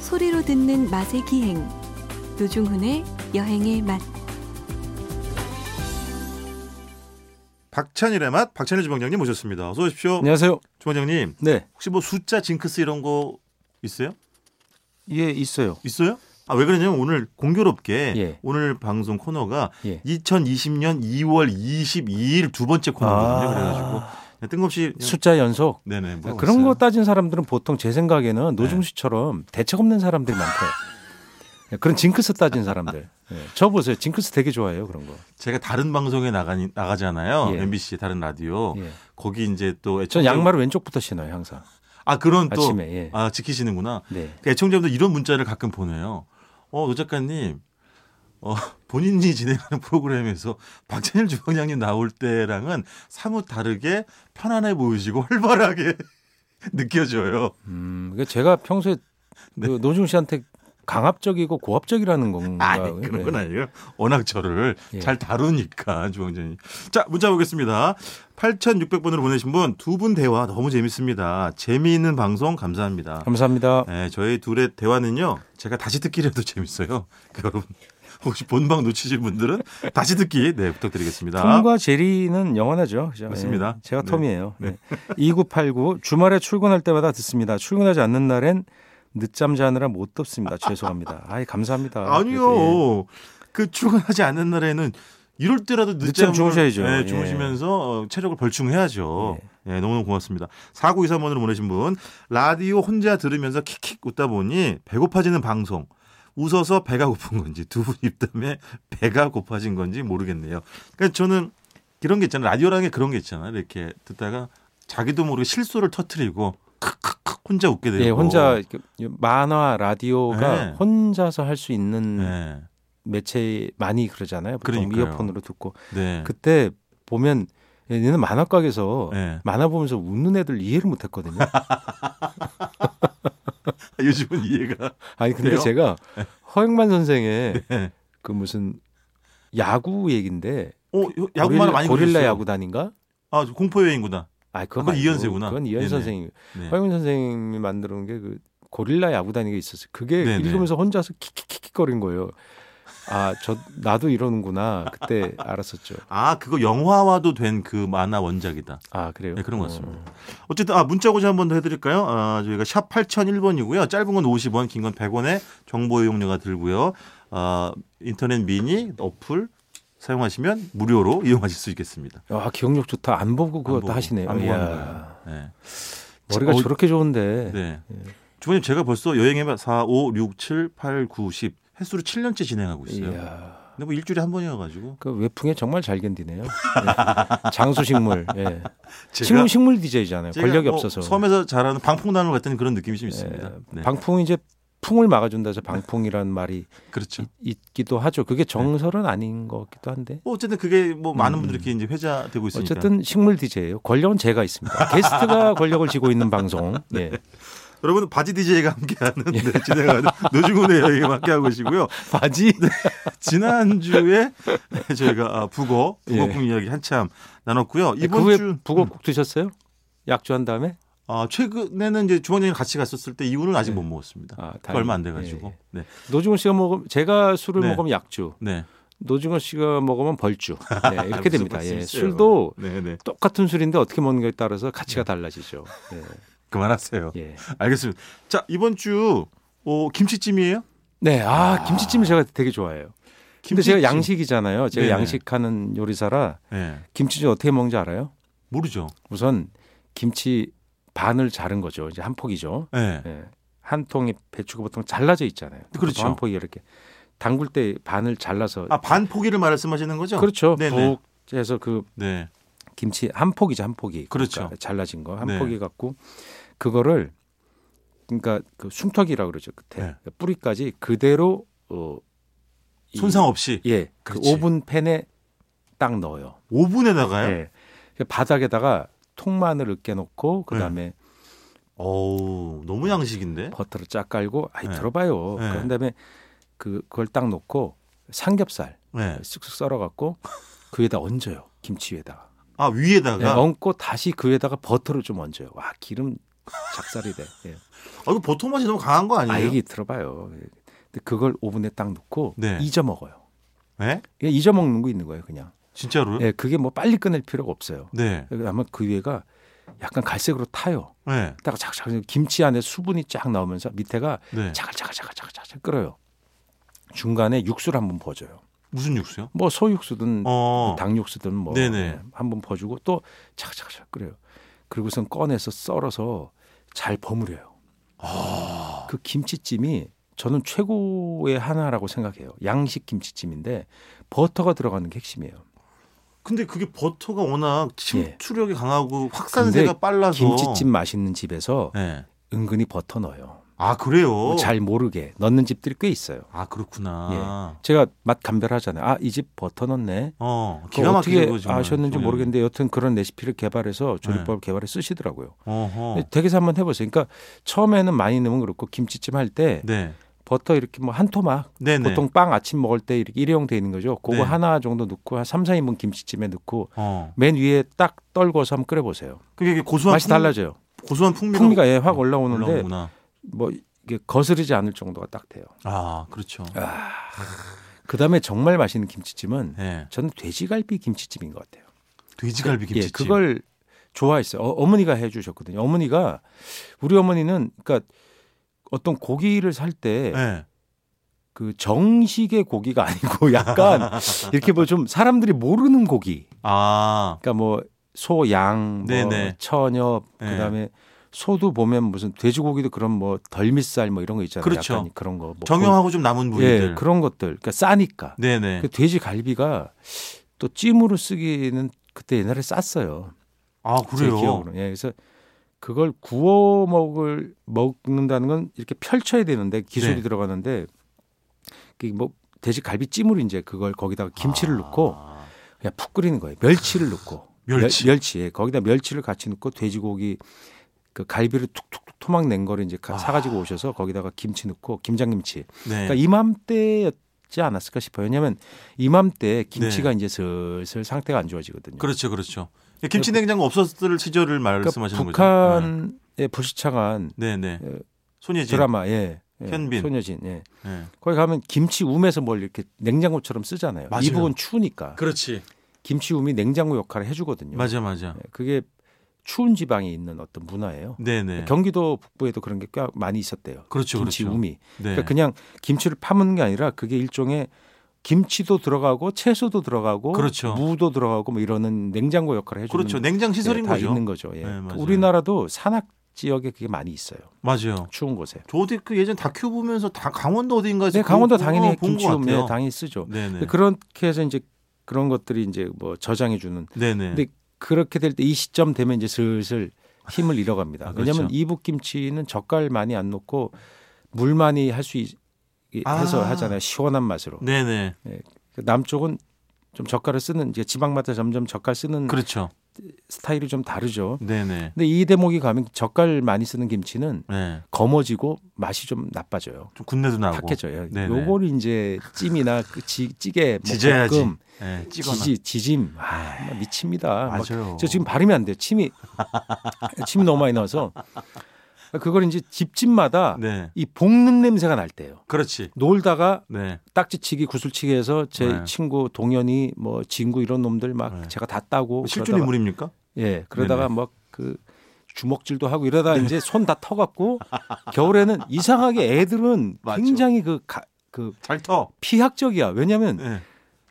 소리로 듣는 맛의 기행 노중훈의 여행의 맛 박찬일의 맛 박찬일 주방장님 모셨습니다. 어서 오십시오. 안녕하세요. 주방장님 네, 혹시 뭐 숫자 징크스 이런 거 있어요? 예 있어요. 있어요? 아 왜 그러냐면 오늘 공교롭게 예. 오늘 방송 코너가 예. 2020년 2월 22일 두 번째 코너거든요. 아. 그래가지고 그냥 뜬금없이 그냥- 숫자 연속. 아, 네네 물어봤어요. 그런 거 따진 사람들은 보통 제 생각에는 노중 씨처럼 대책 없는 사람들이 많대요. 예, 그런 징크스 따진 사람들. 예, 저 보세요. 징크스 되게 좋아해요 그런 거. 제가 다른 방송에 나가 나가잖아요. 예. MBC 다른 라디오 예. 거기 이제 또 애청자 전 양말을 왼쪽부터 신어요 항상. 아 그런 또 아침에, 예. 아, 지키시는구나. 네. 그 애청자분들 이런 문자를 가끔 보내요. 어, 노 작가님, 어, 본인이 진행하는 프로그램에서 박찬일 주방장님 나올 때랑은 사뭇 다르게 편안해 보이시고 활발하게 느껴져요. 음, 그러니까 제가 평소에 그 노중 씨한테 강압적이고 고압적이라는 건가? 네. 아니, 그런 건 아니에요. 워낙 저를 예. 잘 다루니까, 주방장님. 자, 문자 보겠습니다. 8600번으로 보내신 분, 두 분 대화 너무 재밌습니다. 재미있는 방송 감사합니다. 감사합니다. 네, 저희 둘의 대화는요. 제가 다시 듣기라도 재밌어요. 여러분 혹시 본방 놓치신 분들은 다시 듣기 네 부탁드리겠습니다. 톰과 제리는 영원하죠. 그죠? 맞습니다. 예, 제가 네. 톰이에요. 네. 2989 주말에 출근할 때마다 듣습니다. 출근하지 않는 날엔 늦잠 자느라 못 듣습니다. 죄송합니다. 아이 감사합니다. 그래도, 예. 아니요. 그 출근하지 않는 날에는 이럴 때라도 늦잠을 늦잠 주무셔야죠. 네, 예. 주무시면서 어, 체력을 벌충해야죠. 네, 너무너무 고맙습니다. 4923번으로 보내신 분 라디오 혼자 들으면서 킥킥 웃다 보니 배고파지는 방송 웃어서 배가 고픈 건지 두 분 입담에 배가 고파진 건지 모르겠네요. 그러니까 저는 이런 게 있잖아요. 라디오라는 게 그런 게 있잖아요. 이렇게 듣다가 자기도 모르게 실수를 터트리고 크크크 혼자 웃게 되고 예, 혼자 이렇게 만화 라디오가 뭐. 네. 혼자서 할 수 있는 네. 매체 많이 그러잖아요. 보통 그러니까요. 이어폰으로 듣고 네. 그때 보면 예, 얘는 만화 가게에서 네. 만화 보면서 웃는 애들 이해를 못 했거든요. 요즘은 이해가 아니 근데 그래요? 제가 허영만 선생의 네. 그 무슨 야구 얘긴데 어, 야구만 많이 고릴라 보셨어요? 야구단인가? 아, 공포 여행구나. 아 그건 그건 말고 이현세구나. 그건 이현 네네. 선생님. 네. 허영 선생님이 만들어 놓은 게 그 고릴라 야구단이 게 있었어요. 그게 네네. 읽으면서 혼자서 킥킥킥킥 거린 거예요. 아, 저 나도 이러는구나. 그때 알았었죠. 아, 그거 영화화도 된 그 만화 원작이다. 아, 그래요. 네, 그런 것 어. 같습니다. 어쨌든 아, 문자 고지 한번 더 해드릴까요? 아, 저희가 샵 8001번이고요. 짧은 건 50원, 긴 건 100원에 정보 이용료가 들고요. 아, 인터넷 미니 어플 사용하시면 무료로 이용하실 수 있겠습니다. 아, 기억력 좋다. 안 보고 안 그것도 보고, 하시네요. 안 보고 이야, 하는 거예요. 네. 머리가 어, 저렇게 예. 좋은데. 네. 주모님 제가 벌써 여행해봐 4, 5, 6, 7, 8, 9, 10 횟수를 7년째 진행하고 있어요. 이야. 근데 뭐 일주일에 한 번이어가지고 그 외풍에 정말 잘 견디네요. 예. 장수식물. 예. 제가- 식물 식물 DJ잖아요. 제가 권력이 뭐 없어서. 예, 섬에서 자라는 방풍나물 같은 그런 느낌이 좀 있습니다. 네. 방풍이 이제 풍을 막아준다 해서 방풍이라는 말이 그렇죠. 있, 기도 하죠. 네. 그게 정설은 아닌 것 같기도 한데. 뭐 어쨌든 그게 뭐 많은 음. 분들이 이렇게 이제 회자되고 있으니까. 어쨌든 식물 DJ예요. 권력은 제가 있습니다. 게스트가 권력을 쥐고 있는 방송. 네. 예. 여러분 바지 DJ가 함께하는 네, 진행하는 노중훈의 여행 함께하고 계시고요. 네. 바지. 지난주에 저희가 아, 북어 북어국 예. 이야기 한참 나눴고요. 그 이번 후에 주 북어국 드셨어요? 약주한 다음에? 아, 최근에는 이제 주방장님 같이 갔었을 때 이후는 아직 네. 못 먹었습니다. 아, 예. 그 얼마 안 돼가지고. 네. 노중훈 씨가 먹으면 제가 술을 네. 먹으면 약주. 네. 노중훈 씨가 먹으면 벌주. 예, 이렇게 무슨 됩니다. 예, 말씀이세요? 술도 네, 네. 똑같은 술인데 어떻게 먹는가에 따라서 가치가 달라지죠. 네, 그만하세요. 예. 예. 알겠습니다. 자, 이번 주 어, 김치찜이에요? 네, 아 김치찜을 제가 되게 좋아해요. 근데 제가 양식이잖아요. 제가 네네. 양식하는 요리사라 네. 김치찜 어떻게 먹는지 알아요? 모르죠. 우선 김치 반을 자른 거죠. 이제 한 폭이죠. 네. 예. 한 통이 배추가 보통 잘라져 있잖아요. 그렇죠. 한 폭이 이렇게 담글 때 반을 잘라서 아, 반 포기를 말씀하시는 거죠? 그렇죠. 네네. 푹 해서 그 네. 김치 한 폭이죠. 한 폭이. 그렇죠. 그러니까 잘라진 거 한 네. 폭이 갖고 그거를 그러니까 그 숨턱이라고 그러죠. 끝에 네. 그러니까 뿌리까지 그대로 어, 이- 손상 없이 예, 그 그렇지. 오븐 팬에 딱 넣어요. 오븐에다가요. 예. 그 바닥에다가 통마늘 으깨놓고 그 예. 다음에 어우, 너무 양식인데. 버터를 쫙 깔고 아이 네. 들어봐요. 네. 그런 다음에 그 그걸 딱 놓고 삼겹살 네. 쓱쓱 썰어갖고 그 위에다 얹어요. 김치 위에다가 아, 네, 위에다가 그 얹고 다시 그 위에다가 버터를 좀 얹어요. 와 기름 작살이 돼. 예. 아, 이거 보통 맛이 너무 강한 거 아 아니에요? 이게 들어봐요. 예. 근데 그걸 오븐에 딱 넣고 네. 잊어 먹어요. 예? 잊어 먹는 거 있는 거예요, 그냥. 진짜로요? 예, 그게 뭐 빨리 끊을 필요가 없어요. 네. 아마 그 위에가 약간 갈색으로 타요. 네. 딱 작작 김치 안에 수분이 쫙 나오면서 밑에가 네. 자글자글자글자글자글 끓어요. 중간에 육수를 한번 퍼줘요. 무슨 육수요? 뭐 소육수든 어. 당육수든 뭐 네네. 한번 퍼주고 또 차차차 끓여요. 그리고선 꺼내서 썰어서 잘 버무려요. 아. 그 김치찜이 저는 최고의 하나라고 생각해요. 양식 김치찜인데 버터가 들어가는 게 핵심이에요. 근데 그게 버터가 워낙 침투력이 강하고 네. 근데 확산세가 빨라서 김치찜 맛있는 집에서 네. 은근히 버터 넣어요. 아 그래요? 뭐 잘 모르게 넣는 집들이 꽤 있어요. 아 그렇구나. 제가 맛 감별하잖아요. 아 이 집 버터 넣네. 어 그거 기가 막히게 네. 어떻게 아셨는지 모르겠는데 여튼 그런 레시피를 개발해서 조리법을 개발해 쓰시더라고요. 어허. 근데 댁에서 한번 해보세요. 그러니까 처음에는 많이 넣으면 그렇고 김치찜 할 때 네. 버터 이렇게 뭐 한 토막 네네. 보통 빵 아침 먹을 때 이렇게 일회용 돼 있는 거죠. 그거 네. 하나 정도 넣고 한 3, 4인분 김치찜에 넣고 어. 맨 위에 딱 떨궈서 한번 끓여보세요. 그게 이게 고소한 맛이 풍- 달라져요. 고소한 풍미가, 어, 풍미가 예, 확 올라오는데 올라오구나. 뭐 이게 거스르지 않을 정도가 딱 돼요. 아 그렇죠. 그 다음에 정말 맛있는 김치찜은 네. 저는 돼지갈비 김치찜인 것 같아요. 돼지갈비 김치찜. 예, 그걸 좋아했어요. 어, 어머니가 해주셨거든요. 어머니가 우리 어머니는 그러니까 어떤 고기를 살 때 그 네. 정식의 고기가 아니고 약간 이렇게 뭐 좀 사람들이 모르는 고기. 아 그러니까 뭐 소, 양, 뭐 네네. 처녀, 네. 그다음에 소도 보면 무슨 돼지고기도 그런 뭐 덜미살 뭐 이런 거 있잖아요. 그렇죠. 약간 그런 거. 뭐 정형하고 좀 남은 고- 예, 부위들. 그런 것들. 그러니까 싸니까. 네네. 그 돼지갈비가 또 찜으로 쓰기는 그때 옛날에 쌌어요. 아 제 그래요. 기억으로. 예, 그래서 그걸 구워 먹을 먹는다는 건 이렇게 펼쳐야 되는데 기술이 네. 들어가는데 그뭐 돼지 갈비찜으로 이제 그걸 거기다가 김치를 아. 넣고 그냥 푹 끓이는 거예요. 멸치를 넣고 멸치. 멸, 멸치 예. 거기다 멸치를 같이 넣고 돼지고기 그 갈비를 툭툭툭 토막 낸 거를 이제 가- 아. 사가지고 오셔서 거기다가 김치 넣고 김장김치. 네. 그러니까 이맘때였지 않았을까 싶어요. 왜냐하면 이맘때 김치가 네. 이제 슬슬 상태가 안 좋아지거든요. 그렇죠, 그렇죠. 김치 냉장고 없었을 시절을 말씀하시는 거죠. 그러니까 예. 북한의 불시착한 네, 네. 예. 손예진. 드라마 예. 예. 현빈. 소녀진 예. 예. 거기 가면 김치 움에서 뭘 이렇게 냉장고처럼 쓰잖아요. 맞아요. 이북은 추우니까 그렇지. 김치 움이 냉장고 역할을 해주거든요. 맞아, 맞아. 예, 그게 추운 지방에 있는 어떤 문화예요. 네, 네. 그러니까 경기도 북부에도 그런 게 꽤 많이 있었대요. 그렇죠, 김치 그렇죠. 우미. 네. 그러니까 그냥 김치를 파는 게 아니라 그게 일종의 김치도 들어가고 채소도 들어가고 그렇죠. 무도 들어가고 뭐 이러는 냉장고 역할을 해주는 그렇죠. 냉장 시설인 예, 다 거죠. 있는 거죠. 예. 네, 맞아요. 우리나라도 산악 지역에 그게 많이 있어요. 맞아요. 추운 곳에. 저 어디 그 예전 다큐 보면서 다 강원도 어디인가에서 네, 강원도 당연히 본것 김치음 예, 같아요. 당연히 쓰죠. 네, 네. 그렇게 해서 이제 그런 것들이 이제 뭐 저장해 주는. 네, 네. 근데 그렇게 될 때 이 시점 되면 이제 슬슬 힘을 잃어갑니다. 아, 그렇죠. 왜냐하면 이북 김치는 젓갈 많이 안 넣고 물 많이 할 수 해서 아. 하잖아요. 시원한 맛으로. 네, 네. 그 남쪽은 좀 젓갈을 쓰는 이제 지방마다 점점 젓갈 쓰는 그렇죠. 스타일이 좀 다르죠. 네, 네. 근데 이 대목이 가면 젓갈 많이 쓰는 김치는 네. 검어지고 맛이 좀 나빠져요. 좀 군내도 나고. 탁해져요. 네네. 예. 요걸 이제 찜이나 그 지, 찌개, 지져야지. 볶음, 네, 찌거나. 지지, 지짐, 아, 정말 미칩니다. 막 맞아요. 저 지금 발음이 안 돼요. 침이 침이 너무 많이 나와서 그걸 이제 집집마다 네. 이 볶는 냄새가 날 때예요. 그렇지. 놀다가 네. 딱지치기 구슬치기해서 제 네. 친구 동현이 뭐 진구 이런 놈들 막 네. 제가 다 따고 실존 그러다가- 인물입니까? 예 그러다가 막 그 주먹질도 하고 이러다 이제 손 다 터갖고 겨울에는 이상하게 애들은 맞죠. 굉장히 그, 가, 그 잘 터. 피학적이야 왜냐하면 네.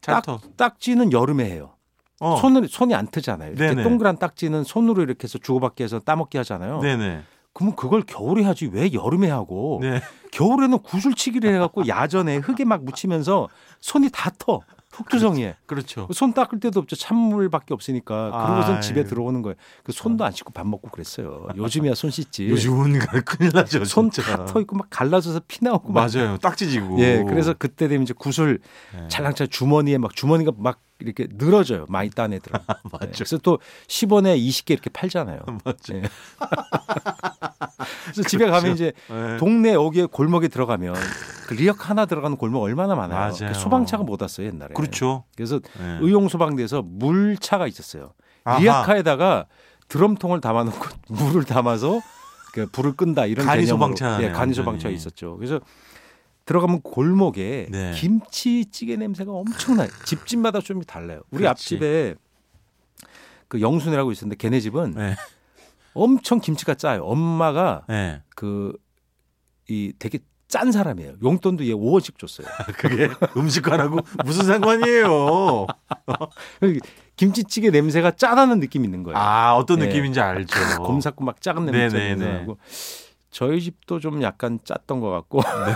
잘 음. 딱, 터. 딱지는 여름에 해요 어. 손을 손이 안 트잖아요 이렇게 네네. 동그란 딱지는 손으로 이렇게 해서 주고받기 해서 따먹기 하잖아요 네, 네. 그러면 그걸 겨울에 하지 왜 여름에 하고 네. 겨울에는 구슬치기를 해갖고 야전에 흙에 막 묻히면서 손이 다 터. 흙투성이에 그렇죠. 손 닦을 데도 없죠 찬물밖에 없으니까 그러고선 아유. 집에 들어오는 거예요 그 손도 안 씻고 밥 먹고 그랬어요 요즘이야 손 씻지 요즘은 큰일 나죠. 예. 손 진짜. 다 터 있고 막 갈라져서 피 나오고 막 맞아요. 딱지지고. 예, 그래서 그때 되면 이제 구슬 네. 찰랑찰랑 주머니에 막 주머니가 막 이렇게 늘어져요. 많이 딴 애들은. 예, 맞죠. 그래서 또 10원에 20개 이렇게 팔잖아요. 맞죠. 예. 그래서 집에 가면 이제 예. 동네 여기에 골목에 들어가면 그 리역 하나 들어가는 골목 얼마나 많아요. 맞아요. 그 소방차가 못 왔어요 옛날에. 그렇죠. 래서 예. 의용 소방대에서 물차가 있었어요. 아하. 리역카에다가 드럼통을 담아놓고 물을 담아서 그 불을 끈다 이런 간이 개념으로. 소방차네요, 예, 간이 완전히. 소방차가 있었죠. 그래서 들어가면 골목에 네. 김치찌개 냄새가 엄청나요. 집집마다 좀 달라요. 우리 그렇지. 앞집에 그 영순이라고 있었는데 걔네 집은 네. 엄청 김치가 짜요. 엄마가 네. 그 이 되게 짠 사람이에요. 용돈도 얘 5원씩 줬어요. 그게 음식과라고 무슨 상관이에요? 그 김치찌개 냄새가 짜다는 느낌이 있는 거예요. 아 어떤 네. 느낌인지 알죠. 검사고 막 작은 네네네. 냄새가 나고 저희 집도 좀 약간 짰던 것 같고 아,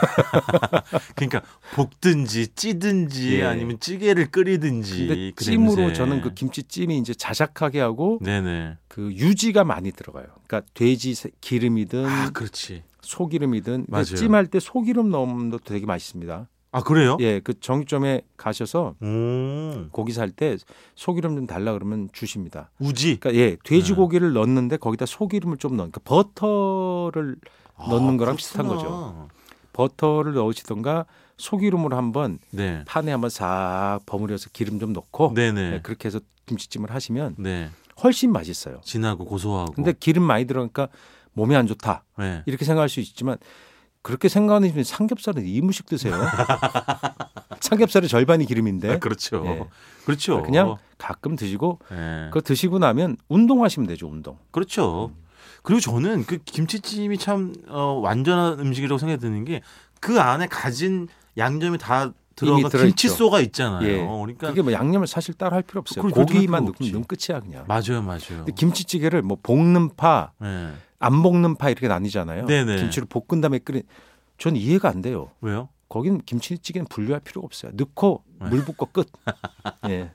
그러니까 볶든지 찌든지 예. 아니면 찌개를 끓이든지. 근데 그 찜으로 냄새. 저는 그 김치찜이 이제 자작하게 하고 네네. 그 유지가 많이 들어가요. 그러니까 돼지 세- 기름이든 아 그렇지. 소기름이든 근데 맞아요. 찜할 때 소기름 넣는 것도 되게 맛있습니다. 아 그래요? 예, 그 정육점에 가셔서 음. 고기 살 때 소기름 좀 달라 그러면 주십니다. 우지. 그러니까 예, 네. 돼지고기를 넣는데 거기다 소기름을 좀 넣는 그러니까 버터를 아, 넣는 거랑 비슷한 아, 그렇구나. 버터를 넣으시던가 소기름으로 한번 네. 판에 한번 싹 버무려서 기름 좀 넣고 네네. 예, 그렇게 해서 김치찜을 하시면 네. 훨씬 맛있어요. 진하고 고소하고. 그- 근데 기름 많이 들어가니까 몸에 안 좋다 네. 이렇게 생각할 수 있지만 그렇게 생각하는 분이 삼겹살은 이무식 드세요. 삼겹살의 절반이 기름인데 아, 그렇죠. 네. 그렇죠. 그냥 가끔 드시고 네. 그거 드시고 나면 운동하시면 되죠 운동. 그렇죠. 그리고 저는 그 김치찜이 참 어, 완전한 음식이라고 생각이 드는 게 그 안에 가진 양념이 다 들어간 들어있죠. 김치소가 있잖아요. 예. 그러니까 그게 뭐 양념을 사실 따로 할 필요 없어요. 그걸 그렇게 할 필요 고기만 넣으면 없지. 넣으면 끝이야 그냥. 맞아요, 맞아요. 근데 김치찌개를 뭐 볶는 파, 네. 안 볶는 파 이렇게 나뉘잖아요. 네네. 김치를 볶은 다음에 끓인. 전 이해가 안 돼요. 왜요? 거기는 김치찌개는 분류할 필요가 없어요. 넣고 네. 물 붓고 끝. 예.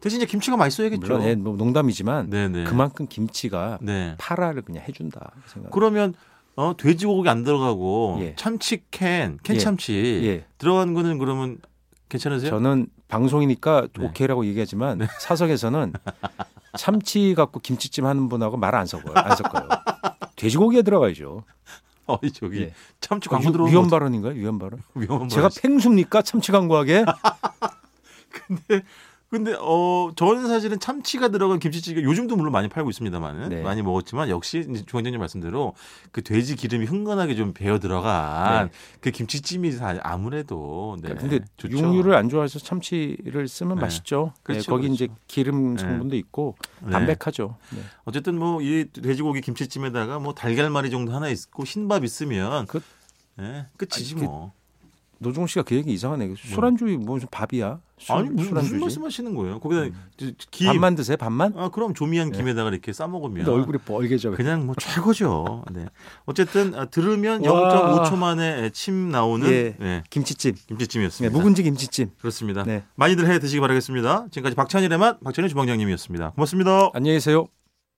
대신 이제 김치가 맛있어야겠죠. 물론 예, 뭐 농담이지만 그렇죠. 네, 네. 그만큼 김치가 네. 파라를 그냥 해준다 그 생각. 그러면 어, 돼지고기 안 들어가고 예. 참치 캔, 캔 예. 참치 예. 들어간 거는 그러면 괜찮으세요? 저는 방송이니까 네. 오케이라고 얘기하지만 사석에서는 참치 갖고 김치찜 하는 분하고 말 안 섞어요. 안 섞어요. 돼지고기에 들어가야죠. 어, 저기 예. 참치 어, 광고 유- 들어오는 위험 거 발언인가요? 위험 발언? 위험한 제가 말이지. 팽수입니까? 참치 광고하게? 근데 어 저는 사실은 참치가 들어간 김치찌개 요즘도 물론 많이 팔고 있습니다만은 네. 많이 먹었지만 역시 이제 주방장님 말씀대로 그 돼지 기름이 흥건하게 좀 배어 들어간 그 김치찜이 사- 아무래도 네. 네. 그러니까 근데 좋죠. 육류를 안 좋아해서 참치를 쓰면 네. 맛있죠. 네, 그렇죠, 거기 이제 그렇죠. 기름 네. 성분도 있고 네. 담백하죠. 네. 어쨌든 뭐 이 돼지고기 김치찜에다가 뭐 달걀말이 정도 하나 있고 흰밥 있으면 그- 예, 끝이지 아니, 그- 뭐. 노종 씨가 그 얘기 이상하네. 술안주이 무슨 밥이야? 술, 아니 무슨, 무슨 술안주지? 음. 말씀하시는 거예요? 거기다 김 밥만 드세요. 밥만? 아, 그럼 조미한 네. 김에다가 이렇게 싸 먹으면 근데 얼굴이 벌개져. 그냥 뭐 최고죠. 네. 어쨌든 아, 들으면 와. 0.5초 만에 침 나오는 예. 예, 김치찜. 김치찜이었습니다. 네, 묵은지 김치찜. 그렇습니다. 네. 많이들 해 드시기 바라겠습니다. 지금까지 박찬일의 맛 박찬일 주방장님이었습니다. 고맙습니다. 안녕히 계세요.